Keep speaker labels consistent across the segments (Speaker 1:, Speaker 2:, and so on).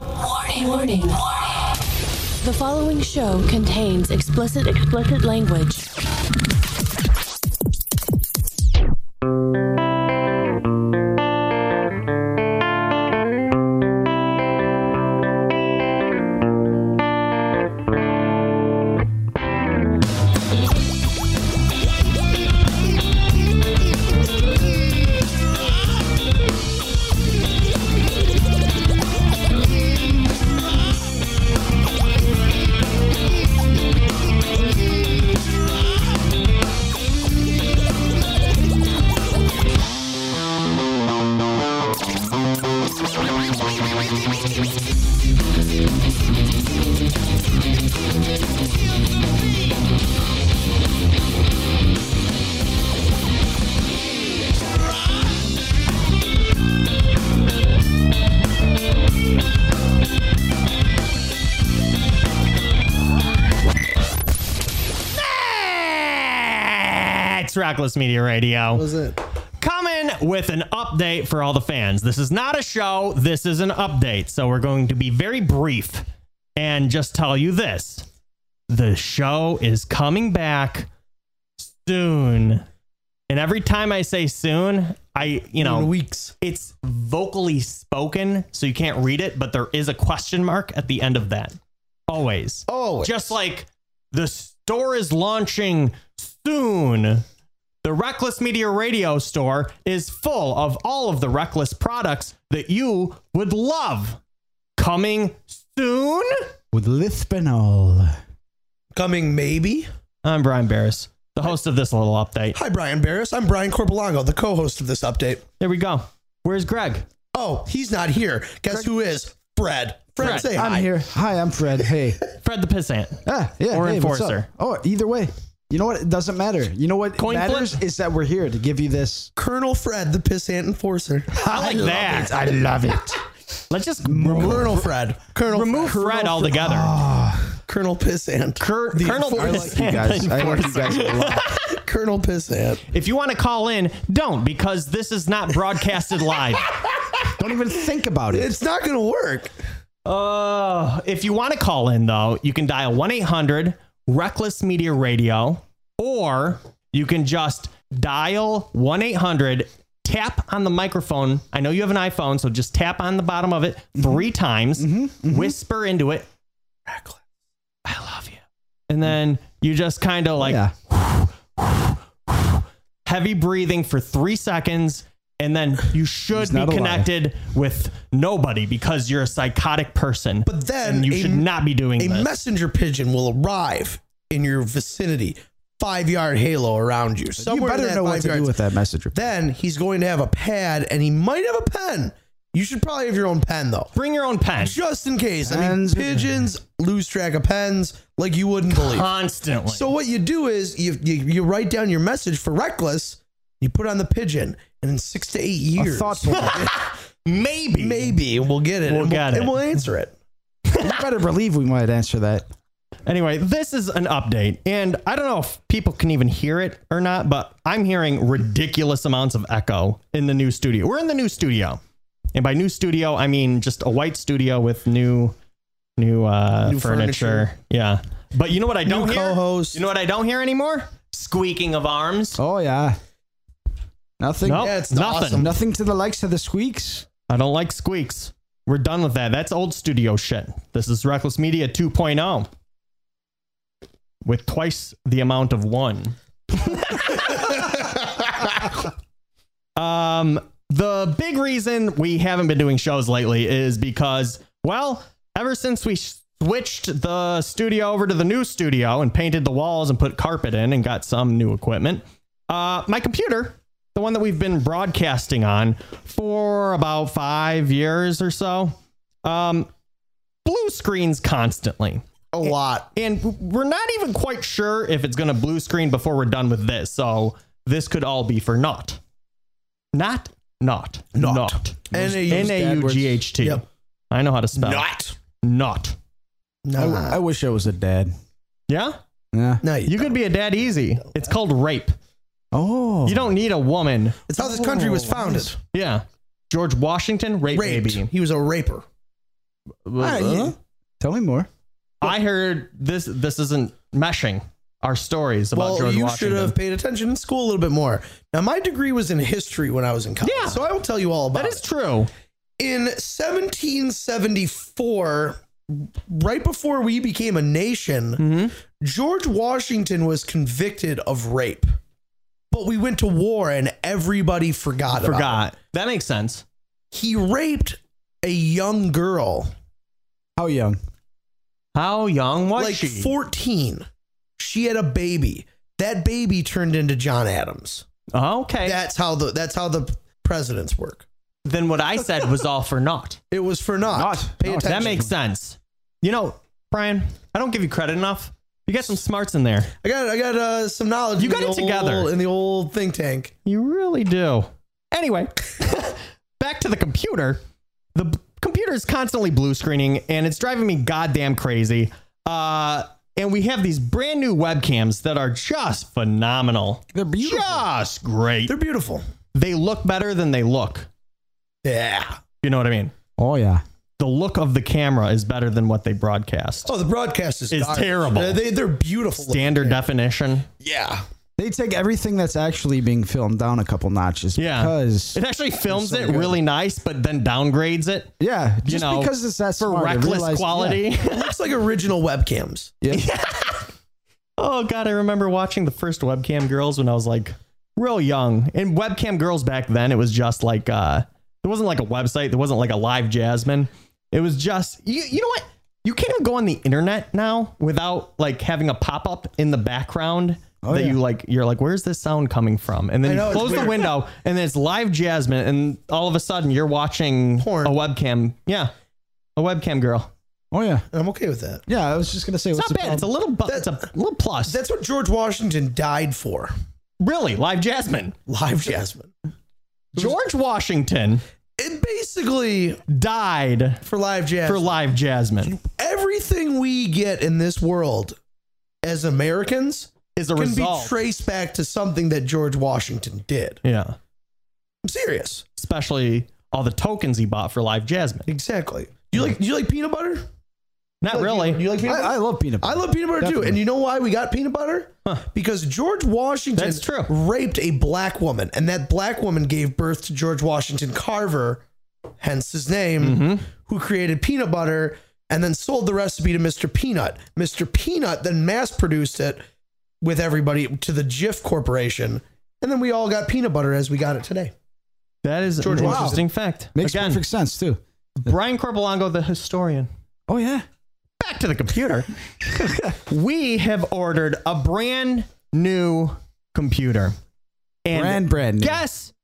Speaker 1: Warning, warning, warning. The following show contains explicit, explicit language.
Speaker 2: It's Reckless Media Radio.
Speaker 3: was it?
Speaker 2: Coming with an update for all the fans. This is not a show, this is an update. So we're going to be very brief and just tell you this the show is coming back soon. And every time I say soon, I, you know,
Speaker 3: In weeks.
Speaker 2: it's vocally spoken, so you can't read it, but there is a question mark at the end of that. Always.
Speaker 3: Always.
Speaker 2: Just like the store is launching soon. The Reckless Media Radio store is full of all of the reckless products that you would love. Coming soon?
Speaker 4: with lispinol.
Speaker 3: Coming maybe.
Speaker 2: I'm Brian Barris, the host of this little update.
Speaker 3: Hi, Brian Barris. I'm Brian Corbelango, the co-host of this update.
Speaker 2: There we go. Where's Greg?
Speaker 3: Oh, he's not here. Guess who is? Fred. Fred,
Speaker 2: Fred,
Speaker 3: say
Speaker 4: I'm
Speaker 3: hi.
Speaker 4: here. Hi, I'm Fred. Hey.
Speaker 2: Fred the Pissant.
Speaker 4: Ah, yeah.
Speaker 2: Or
Speaker 4: hey, what's
Speaker 2: enforcer.
Speaker 4: up? Oh, either way. You know what? It doesn't matter. You know what
Speaker 2: Coin flip.
Speaker 4: matters is that we're here to give you this.
Speaker 3: Colonel Fred, the pissant enforcer.
Speaker 2: I like that.
Speaker 4: I love it.
Speaker 2: Let's just
Speaker 3: Colonel Fred. Colonel
Speaker 2: remove
Speaker 3: Fred.
Speaker 2: Fred altogether.
Speaker 3: Colonel Pissant.
Speaker 2: Cur- Colonel
Speaker 4: I
Speaker 3: enforcer.
Speaker 4: like you guys. I like you guys a lot.
Speaker 3: Colonel Pissant.
Speaker 2: If you want to call in, don't because this is not broadcasted live.
Speaker 4: Don't even think about it.
Speaker 3: It's not going to work.
Speaker 2: Uh, if you want to call in, though, you can dial 1 800 Reckless Media Radio, or you can just dial 1 800, tap on the microphone. I know you have an iPhone, so just tap on the bottom of it
Speaker 3: Mm-hmm.
Speaker 2: 3 times, whisper into it,
Speaker 3: Reckless.
Speaker 2: I love you. And then you just kind
Speaker 3: Oh,
Speaker 2: of like
Speaker 4: yeah.
Speaker 2: heavy breathing for three seconds, and then you should be
Speaker 4: not a liar.
Speaker 2: connected with nobody because you're a psychotic person.
Speaker 3: But then
Speaker 2: And you
Speaker 3: a-
Speaker 2: should not be doing
Speaker 3: a
Speaker 2: this.
Speaker 3: messenger pigeon will arrive in your vicinity, five yard halo around you.
Speaker 4: You
Speaker 3: Somewhere in
Speaker 4: better
Speaker 3: that
Speaker 4: know what
Speaker 3: five
Speaker 4: to do
Speaker 3: yards.
Speaker 4: with that messenger.
Speaker 3: Then he's going to have a pad and he might have a pen. You should probably have your own pen though.
Speaker 2: Bring your own pen
Speaker 3: Just in case. I mean,
Speaker 4: Pens.
Speaker 3: pigeons lose track of pens like you wouldn't believe.
Speaker 2: constantly.
Speaker 3: So what you do is you, you you write down your message for reckless, you put on the pigeon, and in six to eight
Speaker 4: A
Speaker 3: years,
Speaker 4: thoughtful. you
Speaker 2: maybe,
Speaker 3: maybe we'll get it,
Speaker 2: We'll
Speaker 3: and,
Speaker 2: get
Speaker 3: we'll,
Speaker 2: it.
Speaker 3: and we'll answer it.
Speaker 4: better believe we might answer that.
Speaker 2: Anyway, this is an update, and I don't know if people can even hear it or not, but I'm hearing ridiculous amounts of echo in the new studio. We're in the new studio, and by new studio, I mean just a white studio with new, new, uh,
Speaker 3: New
Speaker 2: furniture.
Speaker 3: furniture.
Speaker 2: Yeah, but you know what I don't hear?
Speaker 3: co-host.
Speaker 2: You know what I don't hear anymore? Squeaking of arms.
Speaker 4: Oh yeah. Nothing.
Speaker 2: Nope,
Speaker 3: yeah, it's
Speaker 2: nothing.
Speaker 3: awesome.
Speaker 4: Nothing to the likes of the squeaks.
Speaker 2: I don't like squeaks. We're done with that. That's old studio shit. This is Reckless Media 2.0 with twice the amount of one. um, the big reason we haven't been doing shows lately is because, well, ever since we switched the studio over to the new studio and painted the walls and put carpet in and got some new equipment, uh, my computer the one that we've been broadcasting on for about five years or so, um, blue screens constantly.
Speaker 3: A lot.
Speaker 2: And we're not even quite sure if it's going to blue screen before we're done with this. So this could all be for naught. Not, not,
Speaker 3: Naught.
Speaker 2: not.
Speaker 3: N A U
Speaker 2: N
Speaker 3: S
Speaker 2: A U G H T.
Speaker 3: Yep.
Speaker 2: I know how to spell.
Speaker 3: Not.
Speaker 2: Not.
Speaker 3: Nah.
Speaker 4: I, I wish I was a dad.
Speaker 2: Yeah?
Speaker 4: Yeah.
Speaker 3: No,
Speaker 2: Uh. You could be a dad easy. It's called rape.
Speaker 4: Oh.
Speaker 2: You don't need a woman.
Speaker 3: It's how this country was founded.
Speaker 2: Yeah. George Washington, rape
Speaker 3: Raped. Ah,
Speaker 2: baby.
Speaker 3: He was a raper.
Speaker 4: All right,
Speaker 2: uh-huh.
Speaker 4: yeah. Tell me more.
Speaker 2: I heard this. This isn't meshing our stories about
Speaker 3: Well,
Speaker 2: George
Speaker 3: you
Speaker 2: Washington.
Speaker 3: should have paid attention in school a little bit more. Now, my degree was in history when I was in college,
Speaker 2: Yeah.
Speaker 3: so I will tell you all about
Speaker 2: That
Speaker 3: it.
Speaker 2: is true.
Speaker 3: in 1774, right before we became a nation,
Speaker 2: Mm-hmm.
Speaker 3: George Washington was convicted of rape. But we went to war and everybody forgot. about it.
Speaker 2: Forgot. That makes sense.
Speaker 3: He raped a young girl,
Speaker 4: How young?
Speaker 2: How young was
Speaker 3: like
Speaker 2: she?
Speaker 3: 14. She had a baby. That baby turned into John Adams.
Speaker 2: okay.
Speaker 3: That's how the that's how the presidents work.
Speaker 2: then what I said was all for naught.
Speaker 3: It was for naught.
Speaker 4: Naught.
Speaker 3: Pay
Speaker 4: Naught.
Speaker 3: attention.
Speaker 2: That makes sense. You know, Brian, I don't give you credit enough. You got some smarts in there.
Speaker 3: I got I got uh, some knowledge.
Speaker 2: You
Speaker 3: in
Speaker 2: got
Speaker 3: the
Speaker 2: it together.
Speaker 3: old- in the old think tank.
Speaker 2: You really do. Anyway, back to the computer. The b- computer is constantly blue screening and it's driving me goddamn crazy. Uh, and we have these brand new webcams that are just phenomenal.
Speaker 4: They're beautiful.
Speaker 2: Just great.
Speaker 3: They're beautiful.
Speaker 2: They look better than they look.
Speaker 3: Yeah.
Speaker 2: You know what I mean?
Speaker 4: Oh yeah.
Speaker 2: The look of the camera is better than what they broadcast.
Speaker 3: Oh, the broadcast is
Speaker 2: It's
Speaker 3: garbage.
Speaker 2: terrible.
Speaker 3: Uh, They they're beautiful.
Speaker 2: Standard definition.
Speaker 3: Yeah.
Speaker 4: They take everything that's actually being filmed down a couple notches.
Speaker 2: Yeah.
Speaker 4: Because
Speaker 2: It actually films
Speaker 4: so
Speaker 2: it
Speaker 4: good.
Speaker 2: really nice, but then downgrades it
Speaker 4: yeah, just
Speaker 2: know,
Speaker 4: because it's that
Speaker 2: for
Speaker 4: smart, I
Speaker 2: reckless
Speaker 4: realized-
Speaker 2: quality.
Speaker 3: It looks like original webcams.
Speaker 4: Yeah. yeah.
Speaker 2: Oh god, I remember watching the first webcam girls when I was like real young. And webcam girls back then, it was just like uh there wasn't like a website, there wasn't like a live Jasmine. It was just you you know what? You can't even go on the internet now without like having a pop-up in the background that
Speaker 4: yeah.
Speaker 2: you like you're like, where's this sound coming from? And
Speaker 3: Oh, I
Speaker 2: then
Speaker 3: know,
Speaker 2: you
Speaker 3: it's
Speaker 2: close the
Speaker 3: weird.
Speaker 2: window and then it's live Jasmine and all of a sudden you're watching
Speaker 3: Porn.
Speaker 2: a webcam. Yeah. A webcam girl.
Speaker 4: Oh yeah.
Speaker 3: And I'm okay with that.
Speaker 4: Yeah, I was just gonna say
Speaker 2: It's
Speaker 4: what's
Speaker 2: not bad.
Speaker 4: the
Speaker 2: It's a
Speaker 4: problem?
Speaker 2: little bu- it's a little plus.
Speaker 3: That's what George Washington died for.
Speaker 2: really live Jasmine.
Speaker 3: Live Jasmine.
Speaker 2: George Washington
Speaker 3: It basically
Speaker 2: died
Speaker 3: for live
Speaker 2: for
Speaker 3: Jasmine.
Speaker 2: live Jasmine
Speaker 3: Everything we get in this world as Americans
Speaker 2: is a
Speaker 3: can
Speaker 2: result.
Speaker 3: be traced back to something that George Washington did.
Speaker 2: yeah.
Speaker 3: I'm serious.
Speaker 2: Especially all the tokens he bought for live Jasmine.
Speaker 3: Exactly. You like you like peanut butter?
Speaker 2: Not really.
Speaker 3: You like peanut butter?
Speaker 4: I, I love peanut.
Speaker 3: I
Speaker 4: butter.
Speaker 3: love peanut butter too.
Speaker 4: Definitely.
Speaker 3: And you know why we got peanut butter? Because George Washington
Speaker 2: That's true.
Speaker 3: raped a black woman, and that black woman gave birth to George Washington Carver, hence his name, who created peanut butter and then sold the recipe to Mr. Peanut. Mr. Peanut then mass produced it with everybody to the Jif Corporation. And then we all got peanut butter as we got it today.
Speaker 2: that is
Speaker 3: George
Speaker 2: an
Speaker 3: Washington.
Speaker 2: interesting fact.
Speaker 4: Makes
Speaker 2: Again,
Speaker 4: perfect sense too.
Speaker 2: Brian Corpolango, the historian.
Speaker 4: Oh yeah.
Speaker 2: Back to the computer. we have ordered a brand new computer. And
Speaker 4: Brand brand. new.
Speaker 2: guess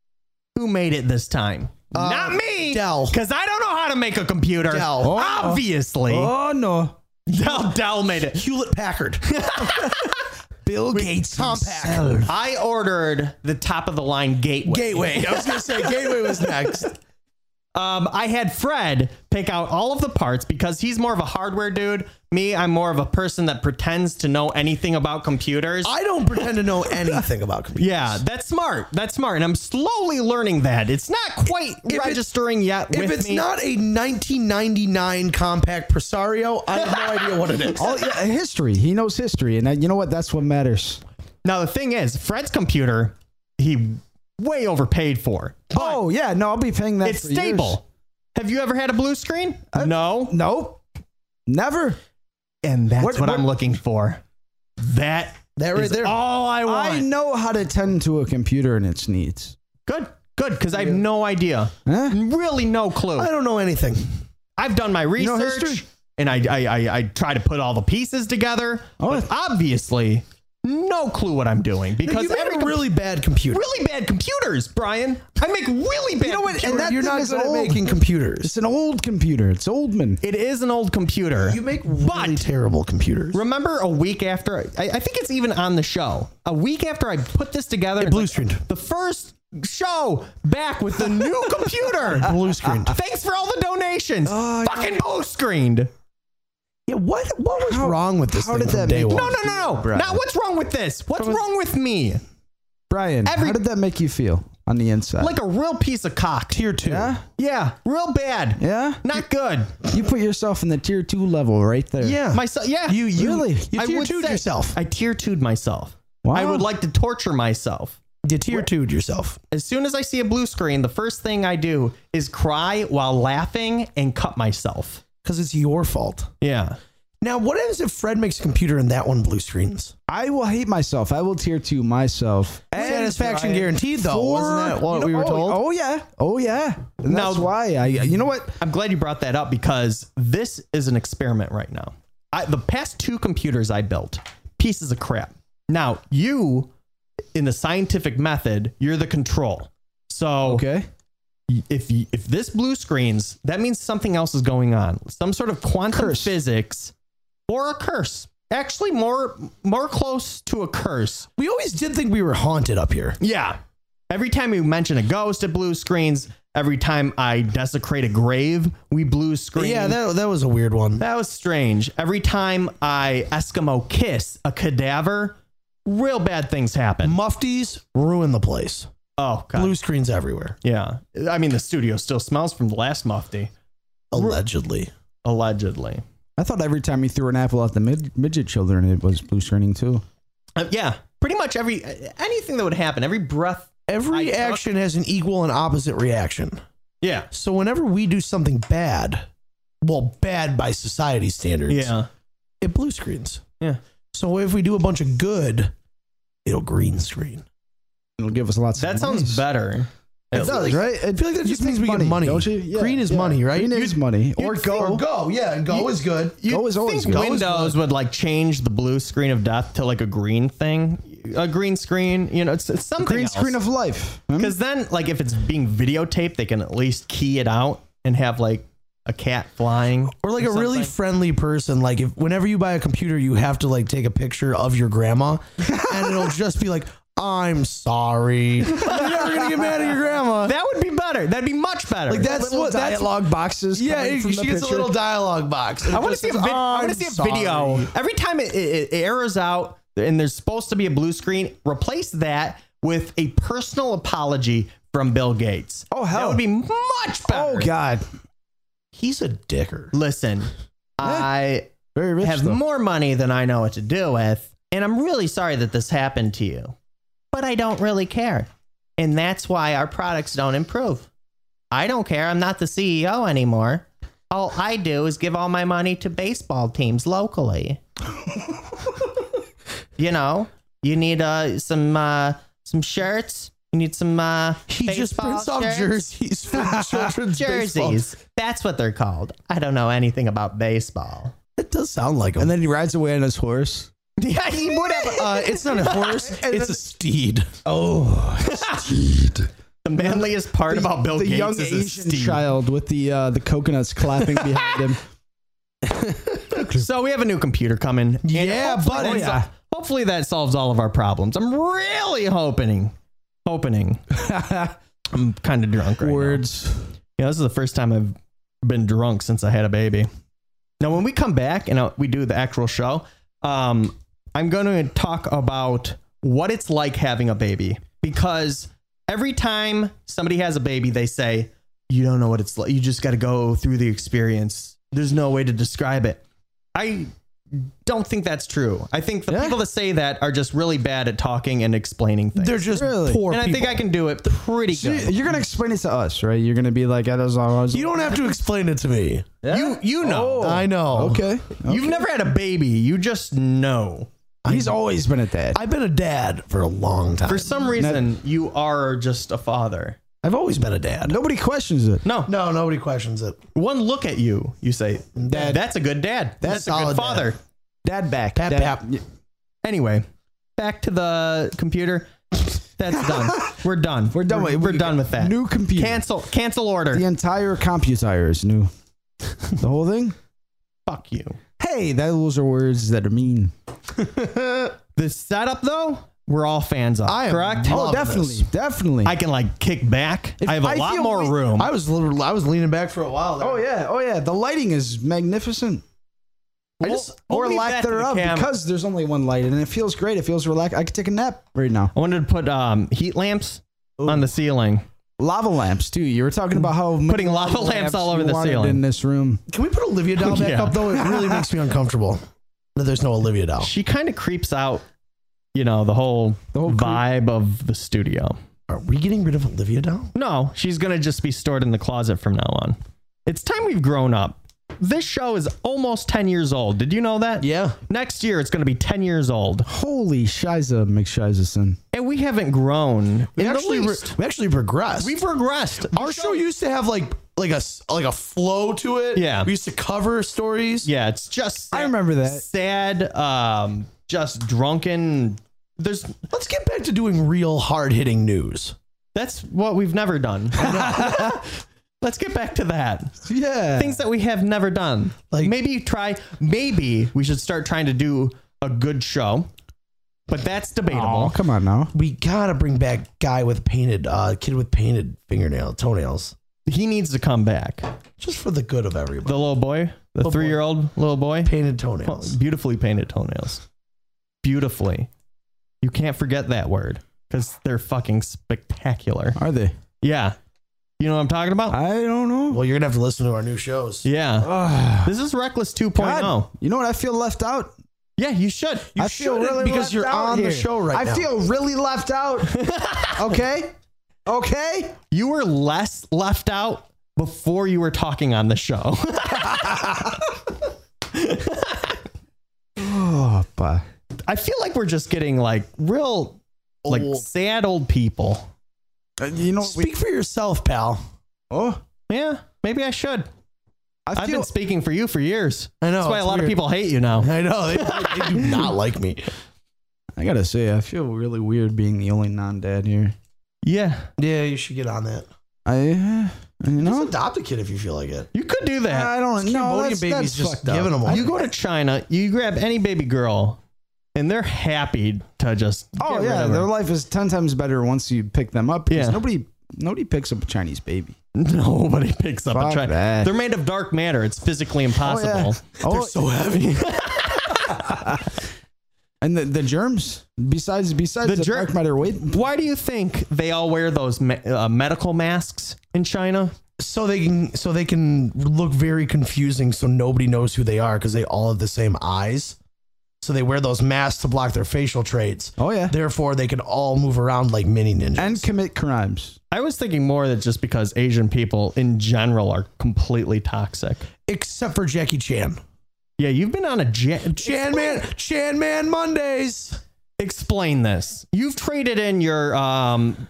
Speaker 2: who made it this time? Not me.
Speaker 3: Uh, Dell.
Speaker 2: Because I don't know how to make a computer.
Speaker 3: Dell.
Speaker 4: Oh.
Speaker 2: Obviously.
Speaker 4: Oh no.
Speaker 2: Dell Dell made it.
Speaker 3: Hewlett Packard.
Speaker 4: Bill Gates
Speaker 3: compact.
Speaker 4: himself.
Speaker 2: I ordered the top of the line gateway.
Speaker 3: Gateway. I was going to say Gateway was next.
Speaker 2: Um, I had Fred pick out all of the parts because he's more of a hardware dude. Me, I'm more of a person that pretends to know anything about computers.
Speaker 3: I don't pretend to know anything about computers.
Speaker 2: yeah, that's smart. That's smart, and I'm slowly learning that. It's not quite
Speaker 3: it's-
Speaker 2: registering yet
Speaker 3: If
Speaker 2: with
Speaker 3: it's
Speaker 2: me.
Speaker 3: not a 1999 compact Presario, I have no idea what it is.
Speaker 4: Oh yeah, history. He knows history, and uh, you know what? That's what matters.
Speaker 2: now the thing is, Fred's computer, he way overpaid for.
Speaker 4: oh yeah, no, I'll be paying that.
Speaker 2: It's
Speaker 4: for years.
Speaker 2: stable. Have you ever had a blue screen? no.
Speaker 4: Nope. Never.
Speaker 2: And that's
Speaker 4: What-
Speaker 2: what,
Speaker 4: what-
Speaker 2: I'm looking for. That
Speaker 3: That right
Speaker 2: is
Speaker 3: there.
Speaker 2: all I want.
Speaker 4: I know how to tend to a computer and its needs.
Speaker 2: Good, good, because I have no idea.
Speaker 4: Huh?
Speaker 2: Really, no clue.
Speaker 3: I don't know anything.
Speaker 2: I've done my
Speaker 4: know
Speaker 2: research
Speaker 4: history?
Speaker 2: and I, I, I, I try to put all the pieces together.
Speaker 4: Oh,
Speaker 2: but
Speaker 4: it's-
Speaker 2: obviously, no clue what I'm doing because
Speaker 3: You made
Speaker 2: every
Speaker 3: a
Speaker 2: com-
Speaker 3: really bad computer.
Speaker 2: really bad computers, Brian. I make really bad. You know what?
Speaker 4: and that
Speaker 3: You're
Speaker 4: thing
Speaker 3: not
Speaker 4: is
Speaker 3: good at
Speaker 4: old.
Speaker 3: making computers.
Speaker 4: It's an old computer. It's old man.
Speaker 2: It is an old computer.
Speaker 3: You make really
Speaker 2: But-
Speaker 3: terrible computers.
Speaker 2: Remember a week after, I, I think it's even on the show. A week after I put this together, it's
Speaker 3: blue
Speaker 2: like,
Speaker 3: screened.
Speaker 2: the first show back with the new computer.
Speaker 3: Blue screened.
Speaker 2: Thanks for all the donations. Fucking blue screened.
Speaker 3: Yeah, what what was wrong with this
Speaker 4: how
Speaker 3: thing
Speaker 4: did
Speaker 3: from
Speaker 4: that
Speaker 3: day
Speaker 4: make-
Speaker 3: one?
Speaker 2: No, no, no, no.
Speaker 4: Brian.
Speaker 3: Uh.
Speaker 2: Not what's wrong with this. What's wrong with me?
Speaker 4: Brian,
Speaker 2: Every-
Speaker 4: how did that make you feel? on the inside.
Speaker 2: Like a real piece of cock.
Speaker 3: Tier two.
Speaker 4: yeah,
Speaker 2: Yeah, real bad.
Speaker 4: yeah.
Speaker 2: Not good.
Speaker 4: You put yourself in the tier two level right there.
Speaker 3: Yeah.
Speaker 2: Myself. Yeah.
Speaker 3: you you
Speaker 4: Really?
Speaker 3: you
Speaker 2: I
Speaker 3: tier
Speaker 2: would
Speaker 3: two'd
Speaker 2: say-
Speaker 3: yourself.
Speaker 2: I tier two'd myself.
Speaker 4: Wow.
Speaker 2: I would like to torture myself.
Speaker 3: You tier two'd yourself.
Speaker 2: As soon as I see a blue screen, the first thing I do is cry while laughing and cut myself.
Speaker 3: Because it's your fault.
Speaker 2: Yeah.
Speaker 3: Now, what happens if Fred makes a computer and that one blue screens?
Speaker 4: I will hate myself. I will tier two myself.
Speaker 3: Satisfaction guaranteed, though.
Speaker 4: For-
Speaker 3: Wasn't that what
Speaker 4: you know-
Speaker 3: we were
Speaker 4: oh,
Speaker 3: told?
Speaker 4: Oh yeah. Oh yeah. And that's
Speaker 2: Now-
Speaker 4: why I. You know what?
Speaker 2: I'm glad you brought that up because this is an experiment right now. I, the past two computers I built, pieces of crap. Now, you, in the scientific method, you're the control. So
Speaker 4: Okay.
Speaker 2: if you, if this blue screens, that means something else is going on. Some sort of quantum
Speaker 4: Curse.
Speaker 2: physics or a curse. Actually, more more close to a curse.
Speaker 3: We always did think we were haunted up here.
Speaker 2: Yeah. Every time we mention a ghost, it blue screens. Every time I desecrate a grave, we blue screen.
Speaker 3: Yeah, that, that was a weird one.
Speaker 2: That was strange. Every time I Eskimo kiss a cadaver, real bad things happen.
Speaker 3: Mufties ruin the place.
Speaker 2: Oh god.
Speaker 3: Blue screens everywhere,
Speaker 2: yeah. I mean the studio still smells from the last mufti,
Speaker 3: allegedly.
Speaker 2: allegedly.
Speaker 4: I thought every time you threw an apple at the mid- midget children, it was blue screening too.
Speaker 2: Uh, yeah. Pretty much every uh, anything that would happen, every breath.
Speaker 3: Every
Speaker 2: I took-
Speaker 3: action has an equal and opposite reaction.
Speaker 2: Yeah.
Speaker 3: So whenever we do something bad, well, bad by society standards,
Speaker 2: Yeah.
Speaker 3: it blue screens.
Speaker 2: Yeah.
Speaker 3: So if we do a bunch of good, it'll green screen.
Speaker 4: It'll give us lots.
Speaker 2: That
Speaker 4: of
Speaker 2: sounds
Speaker 4: money.
Speaker 2: better.
Speaker 3: It does, right? I feel like that just means we
Speaker 4: money,
Speaker 3: get money.
Speaker 4: don't you? Yeah,
Speaker 3: green is
Speaker 4: yeah.
Speaker 3: money, right?
Speaker 4: Green is
Speaker 3: You'd-
Speaker 4: money
Speaker 3: you'd
Speaker 4: or
Speaker 3: think-
Speaker 4: go.
Speaker 3: go, yeah, and go is good.
Speaker 4: Go is always
Speaker 2: think
Speaker 4: good.
Speaker 2: Windows would like change the blue screen of death to like a green thing, a green screen. You know, it's, it's something
Speaker 4: Green screen of life. Hmm?
Speaker 2: because then like if it's being videotaped, they can at least key it out and have like a cat flying
Speaker 3: Or like a really
Speaker 2: something.
Speaker 3: friendly person, like if whenever you buy a computer, you have to like take a picture of your grandma, and it'll just be like, "I'm sorry." You're never gonna get mad at your
Speaker 4: Uh,
Speaker 3: grandma.
Speaker 2: that would be better. That'd be much better.
Speaker 3: Like that's
Speaker 4: Little
Speaker 3: what that's
Speaker 4: dialogue boxes.
Speaker 3: yeah.
Speaker 4: coming
Speaker 3: It, she gets
Speaker 4: from the
Speaker 3: a
Speaker 4: picture.
Speaker 3: little dialogue box.
Speaker 2: I want to see a, vid- I wanna see a video. Every time it, it, it errors out and there's supposed to be a blue screen, replace that with a personal apology from Bill Gates.
Speaker 4: Oh,
Speaker 2: That
Speaker 4: hell.
Speaker 2: would be much better.
Speaker 4: Oh God,
Speaker 3: He's a dicker.
Speaker 2: Listen, I
Speaker 4: very rich.
Speaker 2: have
Speaker 4: though.
Speaker 2: more money than I know what to do with, and I'm really sorry that this happened to you, but I don't really care. And that's why our products don't improve. I don't care. I'm not the CEO anymore. All I do is give all my money to baseball teams locally. you know, you need uh, some uh, some shirts. You need some. Uh,
Speaker 3: He just
Speaker 2: baseball
Speaker 3: prints off
Speaker 2: shirts. Ah,
Speaker 3: jerseys for children's baseball.
Speaker 2: Jerseys. That's what they're called. I don't know anything about baseball.
Speaker 3: It does sound like him.
Speaker 4: And then he rides away on his horse.
Speaker 2: Yeah, he would have.
Speaker 3: uh, it's not a horse. it's a steed.
Speaker 2: The manliest part about Bill
Speaker 4: the
Speaker 2: Gates
Speaker 4: young
Speaker 2: is his
Speaker 4: Asian
Speaker 2: steed.
Speaker 4: child with the uh, the coconuts clapping behind him.
Speaker 2: So we have a new computer coming. and
Speaker 3: Yeah,
Speaker 2: hopefully
Speaker 4: Oh,
Speaker 3: buddy.
Speaker 2: that sol- hopefully that solves all of our problems. I'm really hoping, hoping. I'm kind of drunk right now.
Speaker 4: Words.
Speaker 2: Yeah, this is the first time I've been drunk since I had a baby. Now, when we come back and uh, we do the actual show, um, I'm going to talk about what it's like having a baby because every time somebody has a baby, they say, You don't know what it's like. You just got to go through the experience. There's no way to describe it. I don't think that's true. I think the
Speaker 4: Yeah.
Speaker 2: people that say that are just really bad at talking and explaining things.
Speaker 3: They're just
Speaker 4: Really?
Speaker 3: poor
Speaker 2: and I
Speaker 3: people.
Speaker 2: think I can do it pretty
Speaker 4: You-
Speaker 2: good.
Speaker 4: You're gonna explain it to us, right? You're gonna be like, "I was I was-
Speaker 3: you don't have to explain it to me.
Speaker 2: You you know.
Speaker 3: I know.
Speaker 4: Okay.
Speaker 2: You've never had a baby. You just know.
Speaker 4: Oh, He's always been at that.
Speaker 3: I've been a dad for a long time.
Speaker 2: For some reason, you are just a father.
Speaker 3: I've always been a dad.
Speaker 4: Nobody questions it.
Speaker 2: No,
Speaker 3: No, nobody questions it.
Speaker 2: one look at you, you say,
Speaker 3: Dad.
Speaker 2: "That's a good dad. That's, a
Speaker 3: solid
Speaker 2: good
Speaker 3: dad."
Speaker 2: father."
Speaker 4: Dad back.
Speaker 3: Pap,
Speaker 4: Dad-
Speaker 3: pap.
Speaker 2: Anyway, back to the computer. That's done. We're done. We're
Speaker 4: done
Speaker 2: We're,
Speaker 4: with-
Speaker 2: done with that.
Speaker 4: New computer.
Speaker 2: cancel cancel order.
Speaker 4: The entire computire is new. the whole thing.
Speaker 2: Fuck you.
Speaker 4: Hey, that those are words that are mean.
Speaker 2: The setup though, we're all fans of.
Speaker 3: I am
Speaker 2: correct.
Speaker 3: loving
Speaker 4: Oh,
Speaker 3: Love
Speaker 4: definitely,
Speaker 3: this.
Speaker 4: definitely.
Speaker 2: I can like kick back. I have a
Speaker 4: I
Speaker 2: lot
Speaker 4: feel
Speaker 2: more
Speaker 4: we-
Speaker 2: room.
Speaker 3: I was literally- I was leaning back for a while. There.
Speaker 4: oh yeah, oh yeah. The lighting is magnificent. I
Speaker 2: We'll-
Speaker 4: just,
Speaker 2: we'll
Speaker 4: or
Speaker 2: leave that
Speaker 4: lack
Speaker 2: to the
Speaker 4: thereof,
Speaker 2: camera.
Speaker 4: because there's only one light, and it feels great. It feels relaxed. I could take a nap right now.
Speaker 2: I wanted to put um, heat lamps on the ceiling.
Speaker 4: Lava lamps too. You were talking about how many
Speaker 2: Putting lava lamps all over
Speaker 4: you
Speaker 2: the
Speaker 4: wanted
Speaker 2: ceiling.
Speaker 4: in this room.
Speaker 3: Can we put Olivia Dow back
Speaker 2: Yeah.
Speaker 3: up though? It really makes me uncomfortable that there's no Olivia Dow.
Speaker 2: She kind of creeps out, you know, the whole,
Speaker 4: The whole creep-
Speaker 2: vibe of the studio.
Speaker 3: Are we getting rid of Olivia Dow?
Speaker 2: No, she's going to just be stored in the closet from now on. It's time we've grown up. This show is almost 10 years old. Did you know that?
Speaker 3: Yeah.
Speaker 2: Next year, it's going to be 10 years old.
Speaker 4: Holy Shiza McShizason.
Speaker 2: And we haven't grown.
Speaker 3: We
Speaker 2: in the
Speaker 3: actually, re-
Speaker 2: least.
Speaker 3: we actually regressed.
Speaker 2: we've regressed.
Speaker 3: Our show used to have like like a s- like a flow to it.
Speaker 2: Yeah.
Speaker 3: we used to cover stories.
Speaker 2: Yeah, it's just.
Speaker 4: I remember that.
Speaker 2: Sad, um, just drunken. There's
Speaker 3: Let's get back to doing real hard hitting news.
Speaker 2: that's what we've never done. Let's get back to that.
Speaker 4: Yeah.
Speaker 2: Things that we have never done. Like
Speaker 3: Like-
Speaker 2: maybe try. Maybe we should start trying to do a good show, but that's
Speaker 4: Aw,
Speaker 2: debatable.
Speaker 4: come on now.
Speaker 3: We gotta bring back guy with painted uh kid with painted fingernail toenails
Speaker 2: He needs to come back.
Speaker 3: just for the good of everybody.
Speaker 2: The little boy, the
Speaker 3: Little boy.
Speaker 2: three-year-old little boy,
Speaker 3: painted toenails.
Speaker 2: beautifully painted toenails. Beautifully. You can't forget that word because they're fucking spectacular.
Speaker 4: Are they?
Speaker 2: Yeah, you know what I'm talking
Speaker 3: Oh.
Speaker 2: about.
Speaker 4: I don't know.
Speaker 3: Well, you're gonna have to listen to our new shows.
Speaker 2: Yeah.
Speaker 4: Ugh.
Speaker 2: This is Reckless 2.0.
Speaker 4: God, you know what? I feel left out.
Speaker 2: Yeah, you should.
Speaker 3: You
Speaker 4: I feel
Speaker 3: shouldn't
Speaker 4: really
Speaker 3: because
Speaker 4: left
Speaker 3: you're
Speaker 4: out
Speaker 3: on the
Speaker 4: here.
Speaker 3: show right
Speaker 4: I
Speaker 3: now.
Speaker 4: feel really left out. okay. Okay.
Speaker 2: You were less left out before you were talking on the show.
Speaker 4: Oh, but
Speaker 2: I feel like we're just getting like real like
Speaker 3: Old.
Speaker 2: sad old people.
Speaker 4: Uh, you know. We,
Speaker 3: Speak for yourself, pal.
Speaker 4: oh,
Speaker 2: Yeah, maybe I should.
Speaker 4: I
Speaker 2: I've
Speaker 4: feel.
Speaker 2: been speaking for you for years.
Speaker 3: I know,
Speaker 2: That's why a
Speaker 3: it's
Speaker 2: lot of
Speaker 3: weird.
Speaker 2: people hate you now.
Speaker 3: I know they, they do not like me.
Speaker 4: I gotta say, I feel really weird being the only non-dad here.
Speaker 2: Yeah.
Speaker 3: Yeah, you should get on that.
Speaker 4: I, uh, you
Speaker 3: Just
Speaker 4: know,
Speaker 3: adopt a kid if you feel like it.
Speaker 2: You could do that.
Speaker 4: I don't know.
Speaker 3: Cambodian
Speaker 4: That's,
Speaker 3: babies
Speaker 4: that's
Speaker 3: just
Speaker 4: fucked up.
Speaker 3: giving 'em all.
Speaker 2: you go to China, you grab any baby girl, and they're happy to just.
Speaker 4: Oh
Speaker 2: get rid
Speaker 4: yeah,
Speaker 2: of her.
Speaker 4: their life is ten times better once you pick them up. Because
Speaker 2: Yeah.
Speaker 4: nobody nobody picks up a Chinese baby.
Speaker 2: Nobody picks up a
Speaker 4: Fuck
Speaker 2: China.
Speaker 4: that.
Speaker 2: They're made of dark matter. It's physically
Speaker 4: Oh, yeah.
Speaker 2: impossible.
Speaker 4: Oh,
Speaker 3: So heavy.
Speaker 4: and the, the germs. Besides besides
Speaker 2: The
Speaker 4: the,
Speaker 2: germ-
Speaker 4: dark matter weight.
Speaker 2: Why do you think they all wear those ma- uh, medical masks in China?
Speaker 3: so they can so they can look very confusing so nobody knows who they are because they all have the same eyes so they wear those masks to block their facial traits
Speaker 4: Oh yeah,
Speaker 3: therefore they can all move around like mini ninjas
Speaker 4: and commit crimes.
Speaker 2: I was thinking more that just because Asian people in general are completely toxic.
Speaker 3: except for jackie chan
Speaker 2: Yeah, you've been on a jet.
Speaker 3: chan man chan man mondays
Speaker 2: Explain this. You've traded in your um,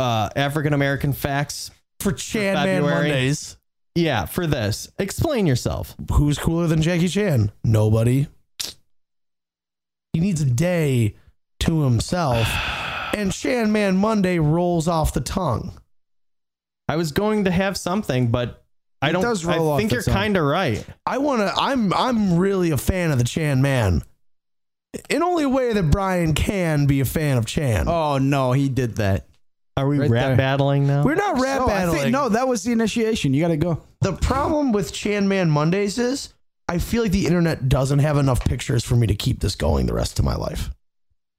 Speaker 2: uh, African American facts.
Speaker 3: for chan man
Speaker 2: February.
Speaker 3: mondays
Speaker 2: Yeah, for this. Explain yourself.
Speaker 3: who's cooler than jackie chan nobody he needs a day to himself and chan man monday rolls off the tongue
Speaker 2: I was going to have something, but I
Speaker 4: It
Speaker 2: don't.
Speaker 4: does roll
Speaker 2: I
Speaker 4: off
Speaker 2: think
Speaker 4: the
Speaker 2: you're
Speaker 4: tongue.
Speaker 2: kind of right.
Speaker 3: I want to. I'm I'm really a fan of the Chan man. In only a way that Brian can be a fan of Chan.
Speaker 4: Oh no, he did that.
Speaker 2: Are we
Speaker 4: Right
Speaker 2: rap
Speaker 4: there.
Speaker 2: battling now?
Speaker 3: We're not rap
Speaker 4: No, I think-
Speaker 3: battling.
Speaker 4: no,
Speaker 3: no,
Speaker 4: that was the initiation. You gotta go.
Speaker 3: the problem with Chan Man Mondays is I feel like the internet doesn't have enough pictures for me to keep this going the rest of my life.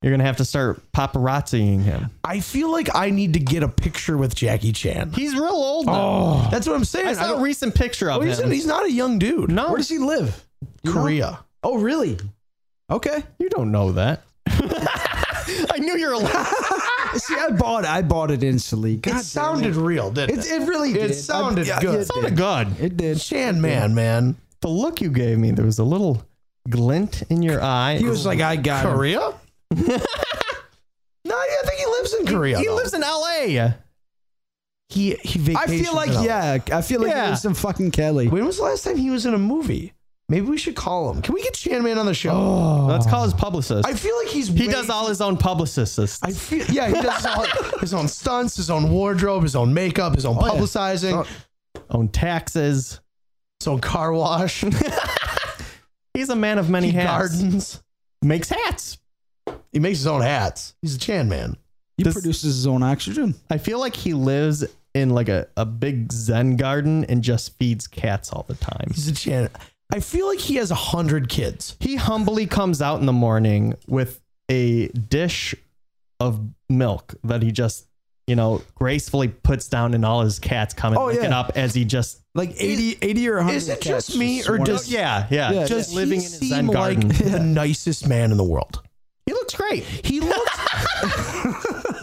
Speaker 2: You're gonna have to start paparazziing him.
Speaker 3: I feel like I need to get a picture with Jackie Chan.
Speaker 2: He's real old. Now.
Speaker 4: Oh,
Speaker 3: That's what I'm saying.
Speaker 2: I
Speaker 3: I
Speaker 2: saw a
Speaker 3: don't-
Speaker 2: recent picture of
Speaker 3: well, he's,
Speaker 2: him.
Speaker 3: he's not a young dude.
Speaker 2: no,
Speaker 4: where does he live? You know?
Speaker 3: Korea.
Speaker 4: Oh really? Okay.
Speaker 2: You don't know that. I knew you were lying.
Speaker 4: See, I bought I bought it instantly. God damn
Speaker 3: it sounded real, didn't
Speaker 4: It,
Speaker 3: it?
Speaker 4: it really did. I-
Speaker 3: sounded
Speaker 4: yeah,
Speaker 3: good.
Speaker 4: It
Speaker 2: Sounded
Speaker 4: did.
Speaker 2: good.
Speaker 4: It did.
Speaker 3: Chan Man, man.
Speaker 2: The look you gave me, there was a little glint in your eye.
Speaker 4: He was like, I got him.
Speaker 3: Korea? no, I think he lives in Korea.
Speaker 2: he
Speaker 3: though.
Speaker 2: lives in L.A.
Speaker 3: He he vacations.
Speaker 4: I feel like
Speaker 3: in LA.
Speaker 4: yeah. I feel like
Speaker 2: Yeah.
Speaker 4: it was some fucking Kelly.
Speaker 3: When was the last time he was in a movie? Maybe we should call him. Can we get Chan Man on the show?
Speaker 2: Let's call his publicist.
Speaker 3: I feel like he's
Speaker 2: Oh. he
Speaker 3: way-
Speaker 2: does all his own publicists.
Speaker 3: I feel yeah. He does all his own stunts, his own wardrobe, his own makeup, his own
Speaker 2: Oh,
Speaker 4: yeah.
Speaker 3: publicizing,
Speaker 2: own taxes.
Speaker 3: his own car wash,
Speaker 2: He's a man of many
Speaker 3: he
Speaker 2: hats.
Speaker 3: gardens.
Speaker 2: Makes hats.
Speaker 3: He makes his own hats. He's a Chan Man.
Speaker 4: He
Speaker 2: Does-
Speaker 4: produces his own oxygen.
Speaker 2: I feel like he lives in like a, a big Zen garden and just feeds cats all the time.
Speaker 3: He's a Chan. I feel like he has a hundred kids.
Speaker 2: He humbly comes out in the morning with a dish of milk that he just you know, gracefully puts down and all his cats come and
Speaker 4: Oh,
Speaker 2: lick
Speaker 4: yeah.
Speaker 2: it up as he just
Speaker 4: Like 80, 80 or 100.
Speaker 3: is it
Speaker 4: cats
Speaker 3: just me, or
Speaker 4: swarm.
Speaker 3: does-
Speaker 2: yeah, yeah,
Speaker 4: Oh, Yeah,
Speaker 2: just
Speaker 3: Does
Speaker 2: living
Speaker 3: he
Speaker 2: in his
Speaker 3: seem
Speaker 2: zen garden.
Speaker 3: like the nicest man in the world?
Speaker 2: he looks great.
Speaker 3: He looks.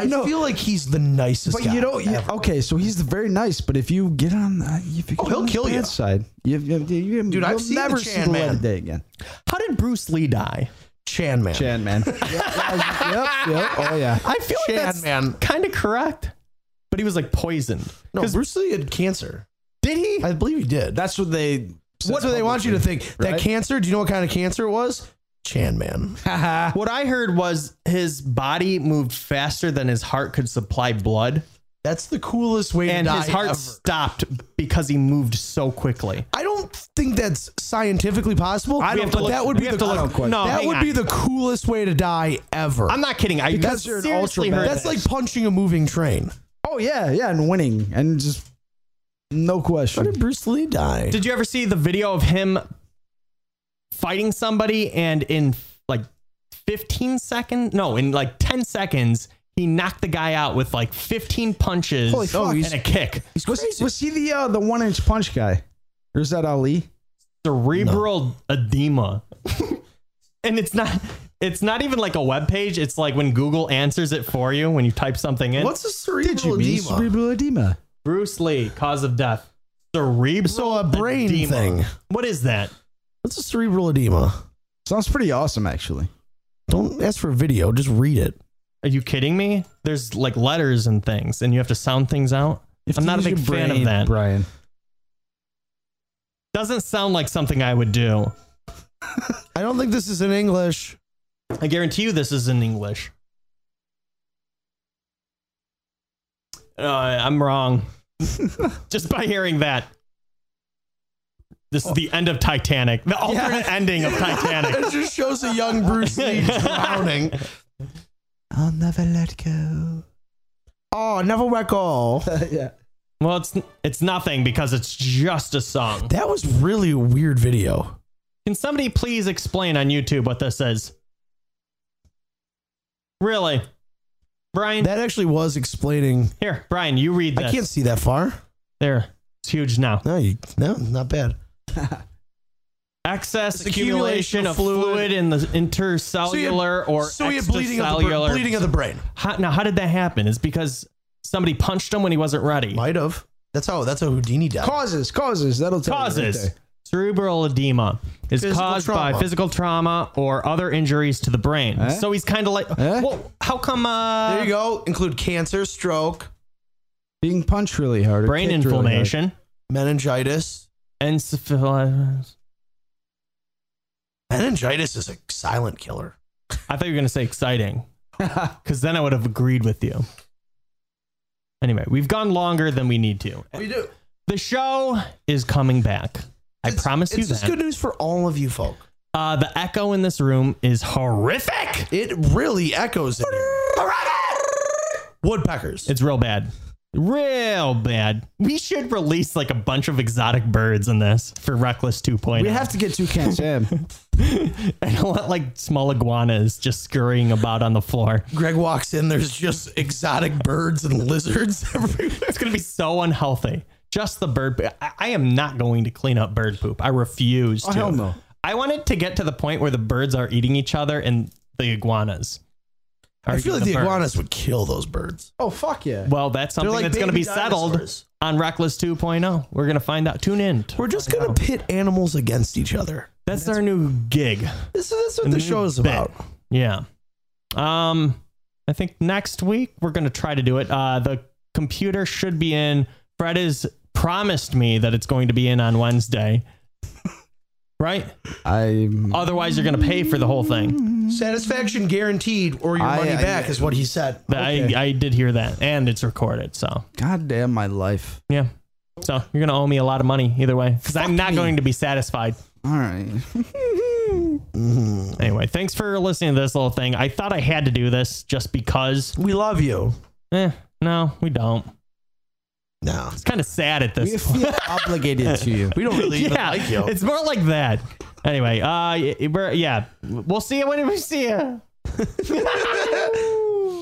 Speaker 3: I
Speaker 4: No.
Speaker 3: feel like he's the nicest.
Speaker 4: But you
Speaker 3: guy
Speaker 4: don't. You,
Speaker 3: ever.
Speaker 4: okay, so he's very nice, but if you get on, uh, if you
Speaker 3: Oh,
Speaker 4: get
Speaker 3: he'll
Speaker 4: on his
Speaker 3: kill you.
Speaker 4: bad Side, you, you, you, you,
Speaker 3: Dude, I've
Speaker 4: you'll
Speaker 3: seen the
Speaker 4: never
Speaker 3: Chan
Speaker 4: see the light
Speaker 3: Man.
Speaker 4: of day again.
Speaker 2: How did Bruce Lee die?
Speaker 3: Chan man.
Speaker 4: Chan man. yep, yep, yep. Oh yeah.
Speaker 2: I feel
Speaker 3: Chan
Speaker 2: like that's
Speaker 3: man.
Speaker 2: kind of correct, but he was like poisoned.
Speaker 3: No,
Speaker 2: 'Cause
Speaker 3: Bruce Lee had cancer.
Speaker 2: did he?
Speaker 3: I believe he did.
Speaker 4: That's what they.
Speaker 3: what do they want you to think? That
Speaker 4: right?
Speaker 3: cancer? Do you know what kind of cancer it was? Chan man.
Speaker 4: Haha.
Speaker 2: What I heard was his body moved faster than his heart could supply blood,
Speaker 3: That's the coolest way
Speaker 2: and
Speaker 3: to die.
Speaker 2: his heart
Speaker 3: ever.
Speaker 2: stopped because he moved so quickly.
Speaker 3: I don't think that's scientifically possible.
Speaker 2: We have to
Speaker 3: but
Speaker 2: look-
Speaker 3: that would
Speaker 2: we
Speaker 3: be
Speaker 2: have
Speaker 3: the
Speaker 2: to
Speaker 3: cool-
Speaker 2: look- No,
Speaker 3: that
Speaker 2: hang
Speaker 3: would
Speaker 2: on.
Speaker 3: be the coolest way to die ever.
Speaker 2: I'm not kidding. I
Speaker 4: Because you're an
Speaker 2: seriously
Speaker 4: ultra
Speaker 2: heard
Speaker 3: that's
Speaker 2: that.
Speaker 3: like punching a moving train.
Speaker 4: Oh yeah, yeah, and winning, and just no
Speaker 3: How did
Speaker 4: question.
Speaker 3: Bruce Lee die?
Speaker 2: Did you ever see the video of him fighting somebody and in like 15 seconds? No, in like 10 seconds, he knocked the guy out with like 15 punches
Speaker 4: Holy fuck.
Speaker 2: and a kick.
Speaker 4: Was, was he the uh, the one inch punch guy, or is that Ali?
Speaker 2: Cerebral edema. and it's not it's not even like a web page. It's like when Google answers it for you when you type something in.
Speaker 3: What's a cerebral
Speaker 4: Cerebral
Speaker 3: edema?
Speaker 4: Cerebral edema.
Speaker 2: Bruce Lee, cause of death. Cerebral
Speaker 3: so a brain
Speaker 2: edema.
Speaker 3: thing.
Speaker 2: What is that?
Speaker 3: What's a cerebral edema?
Speaker 4: Sounds pretty awesome, actually.
Speaker 3: Don't ask for a video. Just read it.
Speaker 2: Are you kidding me? There's like letters and things, and you have to sound things out.
Speaker 4: You have
Speaker 2: I'm
Speaker 4: to
Speaker 2: not a
Speaker 4: use
Speaker 2: big
Speaker 4: your
Speaker 2: fan of
Speaker 4: brain,
Speaker 2: that.
Speaker 4: Brian.
Speaker 2: Doesn't sound like something I would do.
Speaker 3: I don't think this is in English.
Speaker 2: I guarantee you this is in English. Uh, I'm wrong. Just by hearing that. This is the end of Titanic. The alternate ending of Titanic.
Speaker 3: It just shows a young Bruce Lee drowning.
Speaker 4: I'll never let go.
Speaker 3: Oh, never let go.
Speaker 4: yeah.
Speaker 2: Well, it's it's nothing because it's just a song.
Speaker 3: That was really a weird video.
Speaker 2: Can somebody please explain on YouTube what this is? Really? Brian,
Speaker 3: That actually was explaining.
Speaker 2: here, Brian, you read this.
Speaker 3: I can't see that far.
Speaker 2: There. It's huge now.
Speaker 3: No, you, no, not bad.
Speaker 2: Excess
Speaker 3: It's
Speaker 2: accumulation
Speaker 3: accumulation of
Speaker 2: of fluid.
Speaker 3: fluid.
Speaker 2: in the intercellular or
Speaker 3: so you have bleeding of, the
Speaker 2: extracellular.
Speaker 3: brain, bleeding of the brain.
Speaker 2: How- now, how did that happen? It's because somebody punched him when he wasn't ready.
Speaker 3: Might have. That's how. That's how Houdini died.
Speaker 4: Causes, causes. That'll tell You
Speaker 2: Causes.
Speaker 4: right there.
Speaker 2: Cerebral edema is
Speaker 3: Physical
Speaker 2: caused
Speaker 3: trauma.
Speaker 2: by physical trauma or other injuries to the brain.
Speaker 4: Eh?
Speaker 2: So he's kind of like,
Speaker 4: Eh?
Speaker 2: well, how come uh,
Speaker 3: there you go. Include cancer, stroke,
Speaker 4: Being punched really hard. or
Speaker 2: brain
Speaker 4: kicked really hard.
Speaker 2: inflammation,
Speaker 3: meningitis.
Speaker 2: encephalitis?
Speaker 3: Meningitis is a silent killer.
Speaker 2: I thought you were going to say exciting because then I would have agreed with you. Anyway, we've gone longer than we need to.
Speaker 3: We do.
Speaker 2: The show is coming back. I promise you
Speaker 3: it's just
Speaker 2: that.
Speaker 3: good news for all of you folk.
Speaker 2: Uh, the echo in this room is horrific.
Speaker 3: It really echoes in here. Woodpeckers.
Speaker 2: It's real bad. Real bad. We should release like a bunch of exotic birds in this for Reckless 2.0.
Speaker 4: We have to get two cans. Sam.
Speaker 2: and let like small iguanas just scurrying about on the floor.
Speaker 3: Greg walks in. There's just exotic birds and lizards everywhere.
Speaker 2: It's going to be so unhealthy. Just the bird. poop. I, I am not going to clean up bird poop. I refuse
Speaker 4: Oh,
Speaker 2: to.
Speaker 4: hell no.
Speaker 2: I wanted to get to the point where the birds are eating each other and the iguanas. are
Speaker 3: I feel like
Speaker 2: eating
Speaker 3: the
Speaker 2: birds.
Speaker 3: iguanas would kill those birds.
Speaker 4: Oh fuck yeah.
Speaker 2: Well, that's something
Speaker 3: like
Speaker 2: that's going to
Speaker 3: baby
Speaker 2: be settled
Speaker 3: dinosaurs.
Speaker 2: on Reckless 2.0. We're going to find out. Tune in.
Speaker 3: We're just gonna pit animals against each other.
Speaker 2: That's, our new gig.
Speaker 3: This is that's what the
Speaker 2: new
Speaker 3: show is
Speaker 2: bit.
Speaker 3: about.
Speaker 2: Yeah. Um, I think next week we're going to try to do it. Uh, the computer should be in. Fred has promised me that it's going to be in on Wednesday. Right?
Speaker 4: I.
Speaker 2: Otherwise, you're going to pay for the whole thing.
Speaker 3: Satisfaction guaranteed, or your
Speaker 4: I-
Speaker 3: money
Speaker 4: I-
Speaker 3: back is what he said.
Speaker 2: That- I, I did hear that, and it's recorded. So,
Speaker 4: God damn my life.
Speaker 2: yeah. So, you're going to owe me a lot of money either way because I'm not
Speaker 4: me.
Speaker 2: going to be satisfied.
Speaker 4: All right.
Speaker 3: Mm-hmm.
Speaker 2: Anyway, thanks for listening to this little thing. I thought I had to do this just because.
Speaker 3: We love you.
Speaker 2: Eh, no, we don't.
Speaker 3: No,
Speaker 2: It's kind of sad at this.
Speaker 4: We feel obligated to you.
Speaker 3: we don't really
Speaker 2: yeah,
Speaker 3: even like you.
Speaker 2: it's more like that. Anyway, uh, y- we're, yeah, we'll see you when we see you.